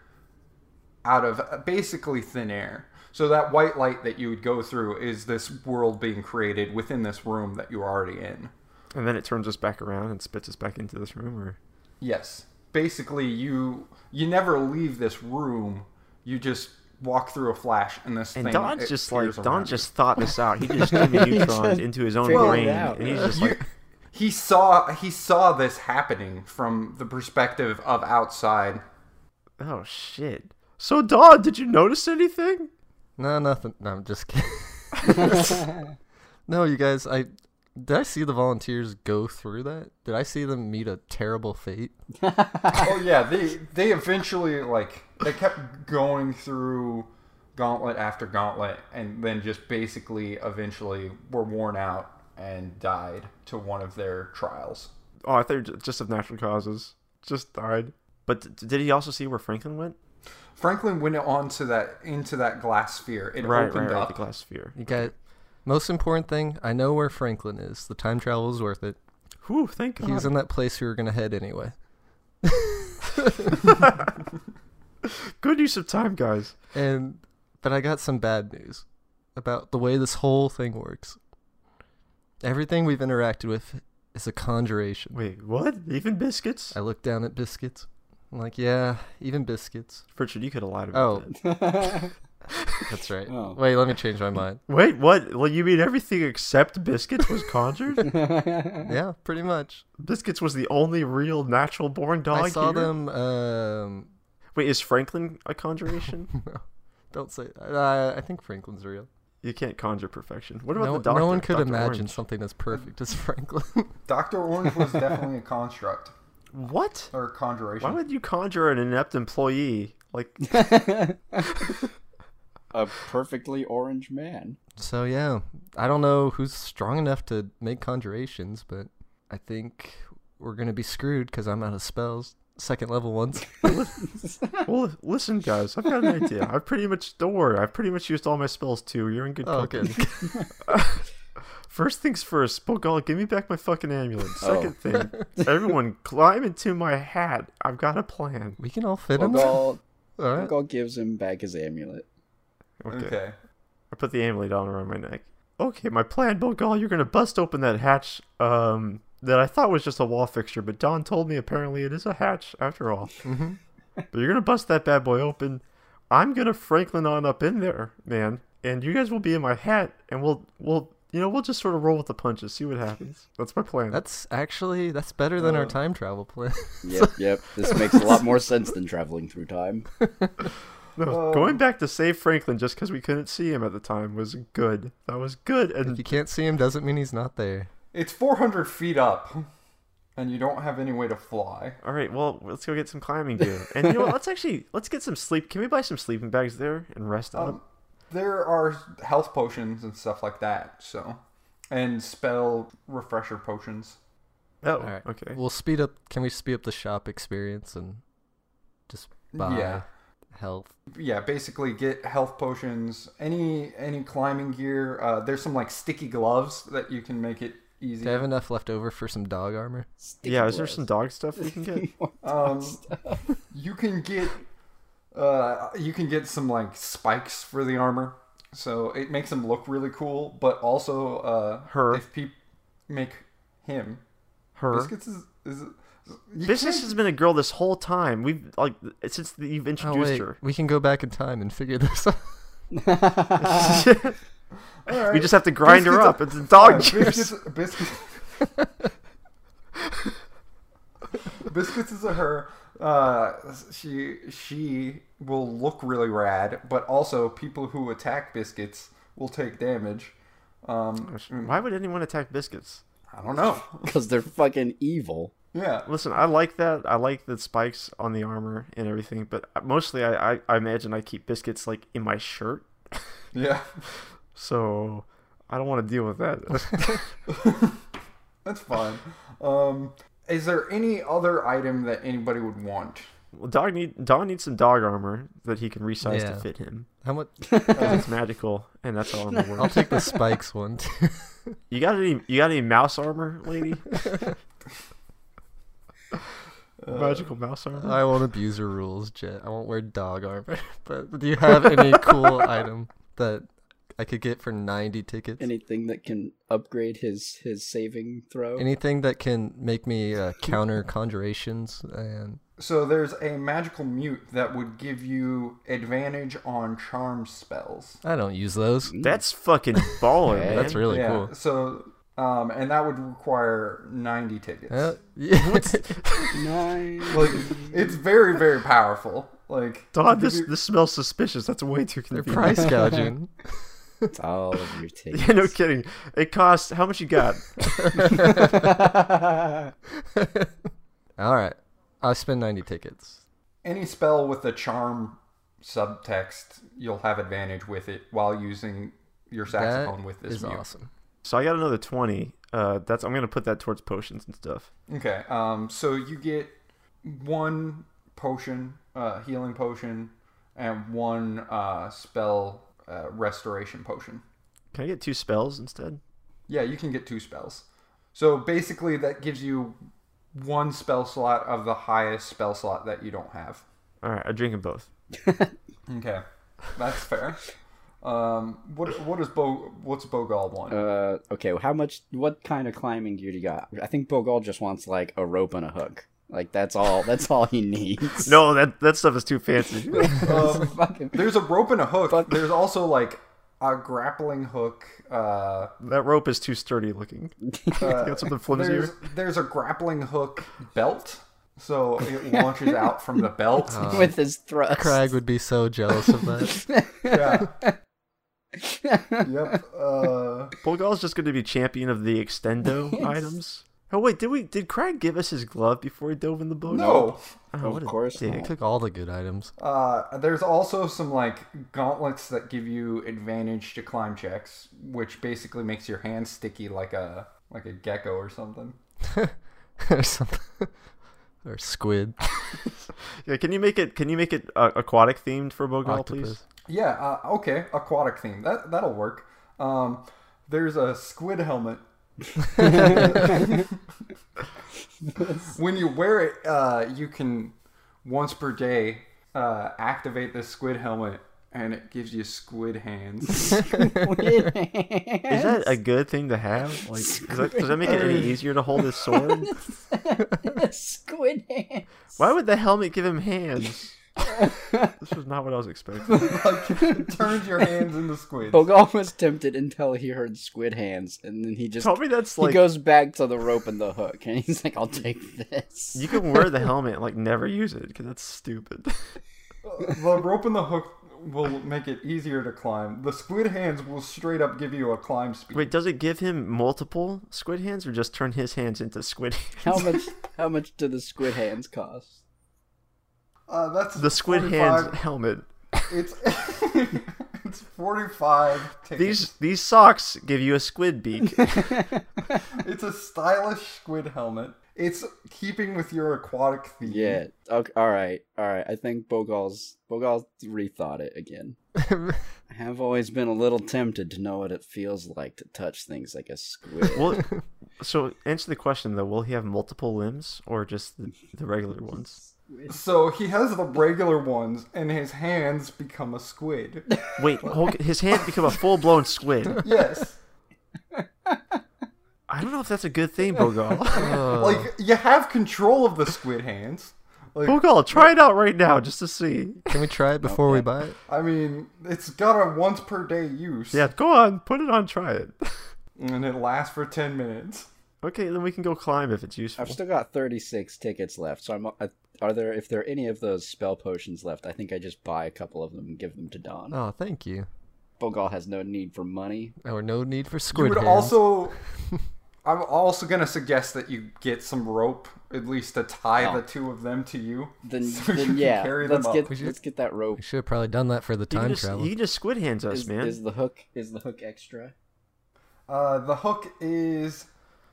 out of basically thin air. So that white light that you would go through is this world being created within this room that you're already in.
And then it turns us back around and spits us back into this room. Or
Yes. Basically, you you never leave this room. You just walk through a flash, and this
and
thing.
Don's just like
appears
Don
around
just thought this out. He just gave a neutron into his own
figured it
brain,
out.
and he's just
you.
like,
He saw he saw this happening from the perspective of outside.
"Oh shit." So Don, did you notice anything?
No, nothing. No, I'm just kidding. no, you guys, I did I see the volunteers go through that? Did I see them meet a terrible fate?
oh yeah, they they eventually like they kept going through gauntlet after gauntlet, and then just basically eventually were worn out and died to one of their trials.
Oh, I thought just of natural causes, just died. But d- did he also see where Franklin went?
Franklin went on to that into that glass sphere. It opened up.
the glass sphere.
You guys, most important thing, I know where Franklin is. The time travel is worth it.
Whew, thank God.
He was in that place we were gonna head anyway.
Good use of time, guys.
And but I got some bad news about the way this whole thing works. Everything we've interacted with is a conjuration.
Wait, what? Even biscuits?
I look down at biscuits. I'm like, yeah, even biscuits.
Richard, you could have lied about
Oh,
that.
that's right.
Oh.
Wait, let me change my mind.
Wait, what? Well, you mean everything except biscuits was conjured?
Yeah, pretty much.
biscuits was the only real natural-born dog.
I saw
here?
them. Um,
Wait, is Franklin a conjuration?
no, don't say. Uh, I think Franklin's real.
you can't conjure perfection. What about
No,
the doctor?
no one could
Dr.
imagine
Orange?
something as perfect as Franklin.
Doctor Orange was definitely a construct
What?
or a conjuration.
Why would you conjure an inept employee? Like,
A perfectly orange man.
so yeah, I don't know who's strong enough to make conjurations, but I think we're gonna be screwed because I'm out of spells. Second level ones.
well, listen, guys, I've got an idea. I've pretty much don't worry. I've pretty much used all my spells too. You're in good
Oh,
company.
good.
First things first, Bogal, give me back my fucking amulet.
Oh.
Second thing, everyone climb into my hat. I've got a plan.
we can all fit
Oh
in there.
Bogal,
All right.
Bogal gives him back his amulet.
Okay.
Okay.
I put the amulet on around my neck. Okay, my plan, Bogal, you're gonna bust open that hatch um that I thought was just a wall fixture, but Don told me apparently it is a hatch after all. but you're gonna bust that bad boy open. I'm gonna Franklin on up in there, man, and you guys will be in my hat, and we'll we'll you know we'll just sort of roll with the punches, see what happens. That's my plan.
That's actually that's better than our time travel plan.
Yep, yep. This makes a lot more sense than traveling through time.
No,
Um,
going back to save Franklin just because we couldn't see him at the time was good. That was good,
if you
and
can't see him, doesn't mean he's not there.
It's 400 feet up, and you don't have any way to fly.
All right, well, let's go get some climbing gear. And you know what? Let's actually let's get some sleep. Can we buy some sleeping bags there and rest
Um,
up?
there are health potions and stuff like that, so. And spell refresher potions.
Oh,
All right.
okay.
We'll speed up. Can we speed up the shop experience and just buy
Yeah.
health.
yeah, basically get health potions, any any climbing gear. Uh, there's some like sticky gloves that you can make it easy.
Do I have enough left over for some dog armor?
Yeah, is there some dog stuff we can get?
Um, you can get uh, you can get some like spikes for the armor, so it makes them look really cool. But also, uh,
Her.
if people make him
Her.
biscuits is, is you
Business
can't-
has been a girl this whole time. We've like since you've
Oh
introduced
wait,
her.
we can go back in time and figure this out. Uh,
We just have to grind her
Biscuits
up. It's a dog
Yeah,
juice.
biscuits, biscuits. biscuits is a her. Uh, she she will look really rad, but also people who attack biscuits will take damage. Um,
Why would anyone attack biscuits?
I don't know.
Because they're fucking evil.
Yeah,
Listen, I like that. I like the spikes on the armor and everything, but mostly I, I, I imagine I keep biscuits like in my shirt,
yeah.
so I don't want to deal with that.
That's fine. Um, is there any other item that anybody would want?
well, dog need dog needs some dog armor that he can resize
Yeah.
to fit him.
How much?
It's magical, and that's how armor
I'll
works.
take the spikes one. too.
You got any? You got any mouse armor, lady? Magical mouse armor.
I won't abuse your rules, Jet. I won't wear dog armor. But do you have any cool item that I could get for ninety tickets?
Anything that can upgrade his his saving throw.
Anything that can make me uh, counter conjurations and
So there's a magical mute that would give you advantage on charm spells.
I don't use those.
That's fucking baller, man.
That's really
yeah.
cool.
So, um, and that would require 90 tickets.
Uh, yeah.
Nine.
Like, it's very, very powerful. Like,
Don, this this smells suspicious. That's way too
They're
confusing.
price gouging.
It's all of your tickets.
Yeah, no kidding. It costs how much you got?
All right, I'll spend ninety tickets.
any spell with a charm subtext, you'll have advantage with it while using your
That
saxophone with this
is
mute.
awesome.
so I got another twenty. Uh, that's I'm gonna put that towards potions and stuff.
Okay. Um, so you get one potion, uh, healing potion, and one uh, spell uh, restoration potion.
Can I get two spells instead?
Yeah, you can get two spells. So basically, that gives you one spell slot of the highest spell slot that you don't have.
All right, I drink them both.
Okay, that's fair. um, what what is Bo? What's Bogal want?
Uh, okay, well, how much? What kind of climbing gear do you got? I think Bogal just wants like a rope and a hook. Like that's all. That's all he needs.
No, um, that that stuff is too fancy.
fucking.
Um, There's a rope and a hook. There's also like a grappling hook. Uh,
that rope is too sturdy looking. You got something flimsier.
there's there's a grappling hook belt, so it launches out from the belt.
With his thrust.
Crag Uh, would be so jealous of that.
Yeah. yep. Uh,
Bulgal's just going to be champion of the extendo items. Oh wait, did we? Did Crag give us his glove before he dove in the boat?
no.
Oh, what
Of
a
course
dick.
not.
Took all the good items.
Uh, there's also some like gauntlets that give you advantage to climb checks, which basically makes your hand sticky like a like a gecko or something.
or something. Or squid.
Yeah, can you make it? Can you make it uh, aquatic themed for Bogal, please?
Octopus.
Yeah, uh, okay, aquatic theme. That that'll work. Um, there's a squid helmet. when you wear it, uh, you can once per day uh, activate the squid helmet, and it gives you squid hands.
Is that a good thing to have? Like, is that, does that make it any easier to hold his sword?
Squid hand.
Why would the helmet give him hands? this was not what I was expecting.
like, it turns your hands into squids.
Bogal was tempted until he heard squid hands, and then he just
Tell me that's
he
like
goes back to the rope and the hook, and he's like, "I'll take this."
you can wear the helmet and, like never use it because that's stupid.
The rope and the hook will make it easier to climb. The squid hands will straight up give you a climb speed.
Wait, does it give him multiple squid hands or just turn his hands into squid? hands?
How much? How much do the squid hands cost?
Uh, that's
The squid
45
hands helmet.
It's it's forty five tickets.
These these socks give you a squid beak.
It's a stylish squid helmet. It's keeping with your aquatic theme.
Yeah. Okay, all right. All right. I think Bogal's Bogal rethought it again. I have always been a little tempted to know what it feels like to touch things like a squid.
Well, so answer the question though. Will he have multiple limbs or just the, the regular ones?
So he has the regular ones, and his hands become a squid.
Wait, Hulk, his hand become a full blown squid.
Yes.
I don't know if that's a good thing, Bogal.
Uh.
Like, you have control of the squid hands. Like,
Bogal, try it out right now just to see.
Can we try it before we buy it?
I mean, it's got a once per day use.
Yeah, go on, put it on, try it.
And it lasts for 10 minutes.
Okay, then we can go climb if it's useful.
I've still got 36 tickets left, so I'm. I, are there if there are any of those spell potions left? I think I just buy a couple of them and give them to Don.
Oh, thank you.
Bogal has no need for money.
Our no need for
You
squid.
would
hands.
also. I'm also going to suggest that you get some rope, at least to tie the two of them to you.
Then,
so you
then
can
yeah,
carry them
let's
up.
get let's get that rope.
we should have probably done that for the
You can
time
just,
travel.
you can just squid hands us,
Is,
man.
is the hook is the hook extra?
Uh, the hook is,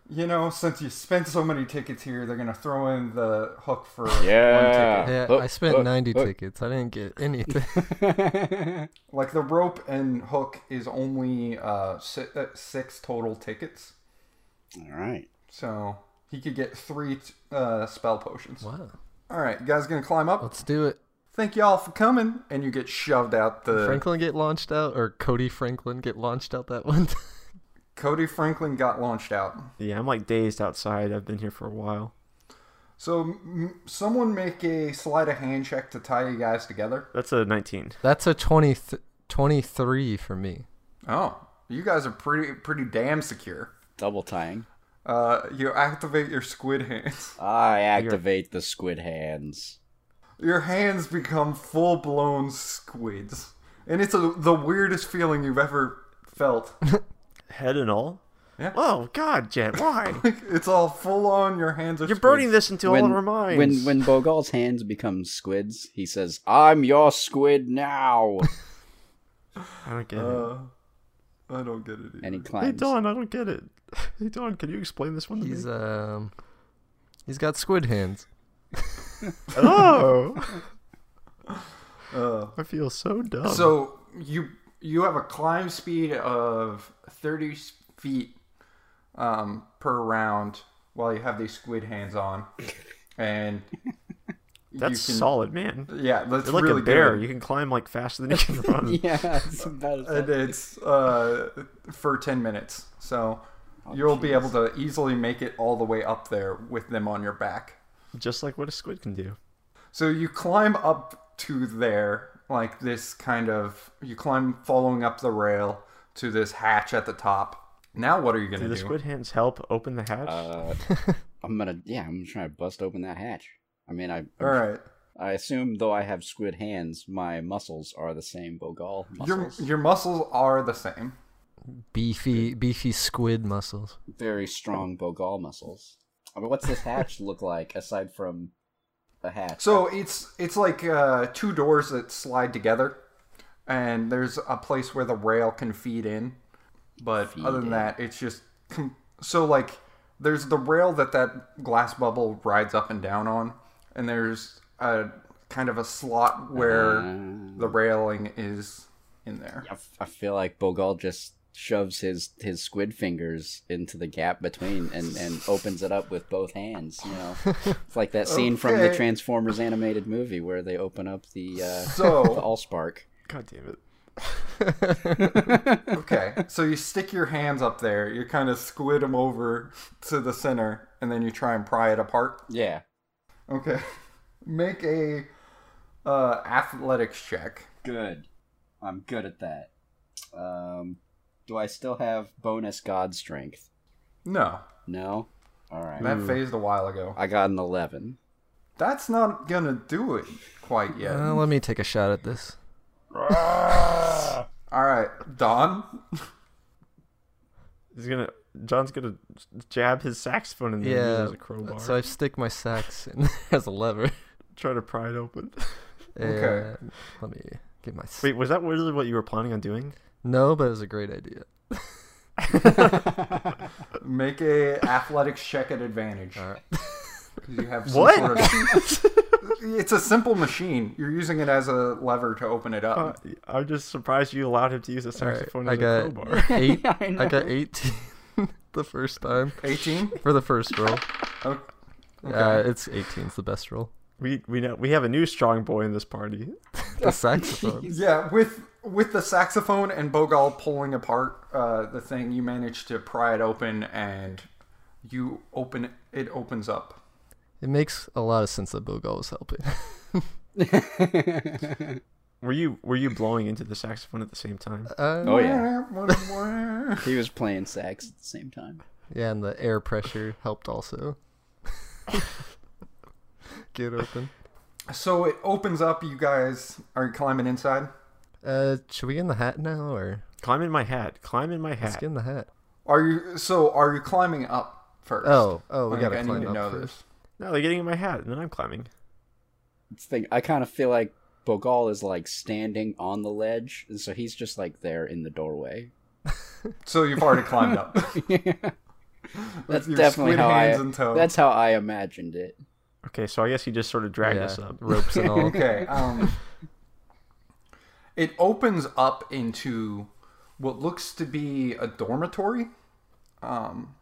you know, since you spent so many tickets here, they're gonna throw in the hook for one ticket.
Yeah, I spent
oh,
90 tickets. I didn't get anything.
Like the rope and hook is only uh, si- uh, six total tickets,
All right.
so he could get three t- uh, spell potions.
wow.
All right, you guys, gonna climb up.
Let's do it.
Thank y'all for coming, and you get shoved out the.
Franklin get launched out, or Cody Franklin get launched out that one time.
Cody Franklin got launched out.
Yeah, I'm like dazed outside. I've been here for a while.
So m- someone make a sleight of hand check to tie you guys together.
That's a 19.
That's a 20 23 for me.
Oh, you guys are pretty pretty damn secure.
Double tying.
Uh, you activate your squid hands.
I activate the squid hands.
Your hands become full blown squids, and it's a, the weirdest feeling you've ever felt.
Head and all?
Yeah.
Oh, God, Jet, why?
it's all full on. Your hands are.
You're
squids.
burning this into all
When
of our minds.
when when Bogal's hands become squids, he says, "I'm your squid now,"
I don't get it.
Uh, I don't get it. Either.
and he
Hey,
climbs.
Don, I don't get it. Hey, Don, can you explain this one to
He's
me?
um he's got squid hands.
Oh! I feel so dumb.
So you you have a climb speed of thirty s- feet um, per round while you have these squid hands on, and
That's
you can-
solid, man.
Yeah, that's
You're like
really
a bear.
good.
You can climb like faster than you can run.
Yeah, it's about as
and it's uh, for 10 minutes. So you'll be able to easily make it all the way up there with them on your back.
Just like what a squid can do.
So you climb up to there, like this kind of. You climb following up the rail to this hatch at the top. Now, what are you going to
Do
do?
the squid hands help open the hatch?
Uh, I'm gonna yeah, I'm trying to bust open that hatch. I mean, I
All right.
I assume though I have squid hands, my muscles are the same Bogal
Your,
muscles.
your muscles are the same.
Beefy beefy squid muscles.
Very strong Bogal muscles. I mean, what's this hatch look like aside from a hatch?
So it's it's like uh, two doors that slide together, and there's a place where the rail can feed in. But other than that, it's just com- so like there's the rail that that glass bubble rides up and down on, and there's a kind of a slot where the railing is in there.
I, f- I feel like Bogal just shoves his his squid fingers into the gap between and and opens it up with both hands. You know, it's like that scene from the
Okay.
Transformers animated movie where they open up the uh, the
So
Allspark.
God damn it.
okay, so you stick your hands up there, you kind of squid them over to the center, and then you try and pry it apart.
Yeah.
Okay. Make a uh, athletics check.
Good. I'm good at that. Um, do I still have bonus god strength?
No,
No? Alright.
that phased a while ago.
I got an 11.
That's not gonna do it quite yet.
Uh, let me take a shot at this.
All right, Don.
He's gonna. John's gonna jab his saxophone in there and use it
Yeah.
as a crowbar.
So I stick my sax in as a lever.
try to pry it open.
Okay.
And Let me get my s
Wait, was that really what you were planning on doing?
No, but it was a great idea.
Make a athletics check at advantage.
All right.
You have some
What?
sort of- it's a simple machine. You're using it as a lever to open it up.
Uh, I'm just surprised you allowed him to use a saxophone
I
as a crowbar.
got eight.
I
I got
know.
eighteen the first time
18?
for the first roll.
Oh,
Uh, it's 18's the best roll.
We we know we have a new strong boy in this party.
The saxophone.
yeah, with with the saxophone and Bogal pulling apart uh, the thing, you manage to pry it open and you open it opens up.
it makes a lot of sense that Bogal was helping.
Were you were you blowing into the saxophone at the same time?
Uh,
Oh yeah, he was playing sax at the same time.
Yeah, and the air pressure helped also. Get open.
so it opens up. You guys are climbing inside.
Uh, should we get in the hat now, or
Climb in my hat. Climb in my
let's
hat.
get in the hat?
Are you so? Are you climbing up first?
Oh, oh, we
Like,
gotta
I need
climb
to
up
know
first.
this.
No, they're getting in my hat, and then I'm climbing.
It's the thing. I kind of feel like Bogal is like standing on the ledge, and so he's just like there in the doorway.
So you've already climbed up.
That's
your
definitely
squid
how I.
hands and toes.
That's how I imagined it.
Okay, so I guess he just sort of dragged
Yeah,
us up.
ropes and all.
okay. Um, it opens up into what looks to be a dormitory. Um,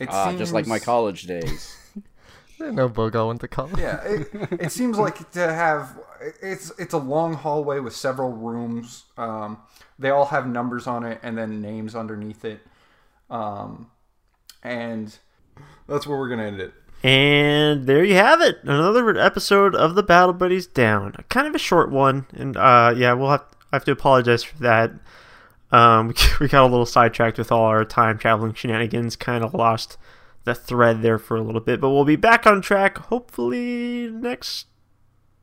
it
Ah, just like my
seems-
college days.
I didn't know Bogal went to college.
Yeah, it, it seems like to have it's it's a long hallway with several rooms. Um, they all have numbers on it and then names underneath it. Um, and that's where we're gonna end it.
And there you have it. Another episode of the Battle Buddies down. Kind of a short one, and uh, yeah, we'll have I have to apologize for that. Um, we got a little sidetracked with all our time traveling shenanigans. Kind of lost the thread there for a little bit, but we'll be back on track hopefully next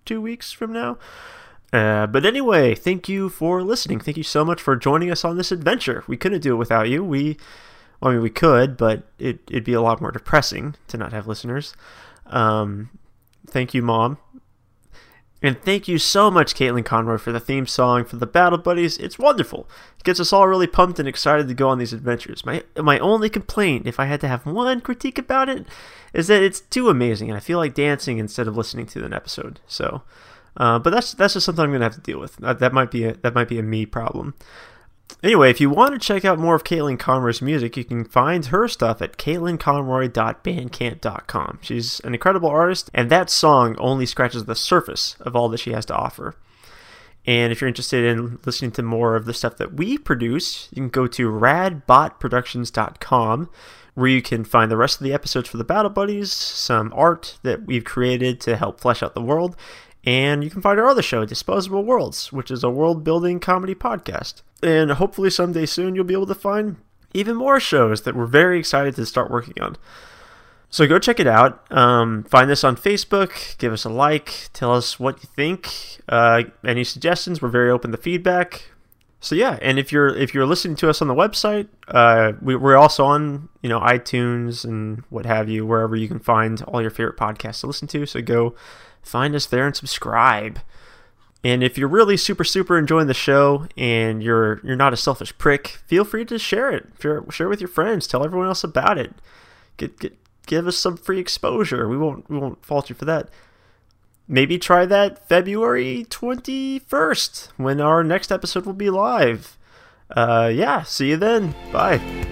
two weeks from now. Uh, but anyway, thank you for listening. Thank you so much for joining us on this adventure. We couldn't do it without you. We well, I mean, we could, but it, it'd be a lot more depressing to not have listeners. Um, thank you, Mom. And thank you so much, Caitlin Conroy, for the theme song for the Battle Buddies. It's wonderful. It gets us all really pumped and excited to go on these adventures. My my only complaint, if I had to have one critique about it, is that it's too amazing, and I feel like dancing instead of listening to an episode. So, uh, but that's that's just something I'm gonna have to deal with. That, that might be a, that might be a me problem. Anyway, if you want to check out more of Caitlin Conroy's music, you can find her stuff at caitlinconroy.bandcamp.com. She's an incredible artist, and that song only scratches the surface of all that she has to offer. And if you're interested in listening to more of the stuff that we produce, you can go to radbotproductions.com where you can find the rest of the episodes for the Battle Buddies, some art that we've created to help flesh out the world, and you can find our other show, Disposable Worlds, which is a world building comedy podcast. And hopefully someday soon you'll be able to find even more shows that we're very excited to start working on. So go check it out. Um, find us on Facebook. Give us a like. Tell us what you think. Uh, any suggestions? We're very open to feedback. So yeah, and if you're if you're listening to us on the website, uh, we, we're also on you know iTunes and what have you, wherever you can find all your favorite podcasts to listen to. So go find us there and subscribe. And if you're really super super enjoying the show and you're you're not a selfish prick, feel free to share it. Share, share it with your friends. Tell everyone else about it get, get give us some free exposure. We won't we won't fault you for that. Maybe try that February 21st when our next episode will be live. Uh yeah, see you then. Bye.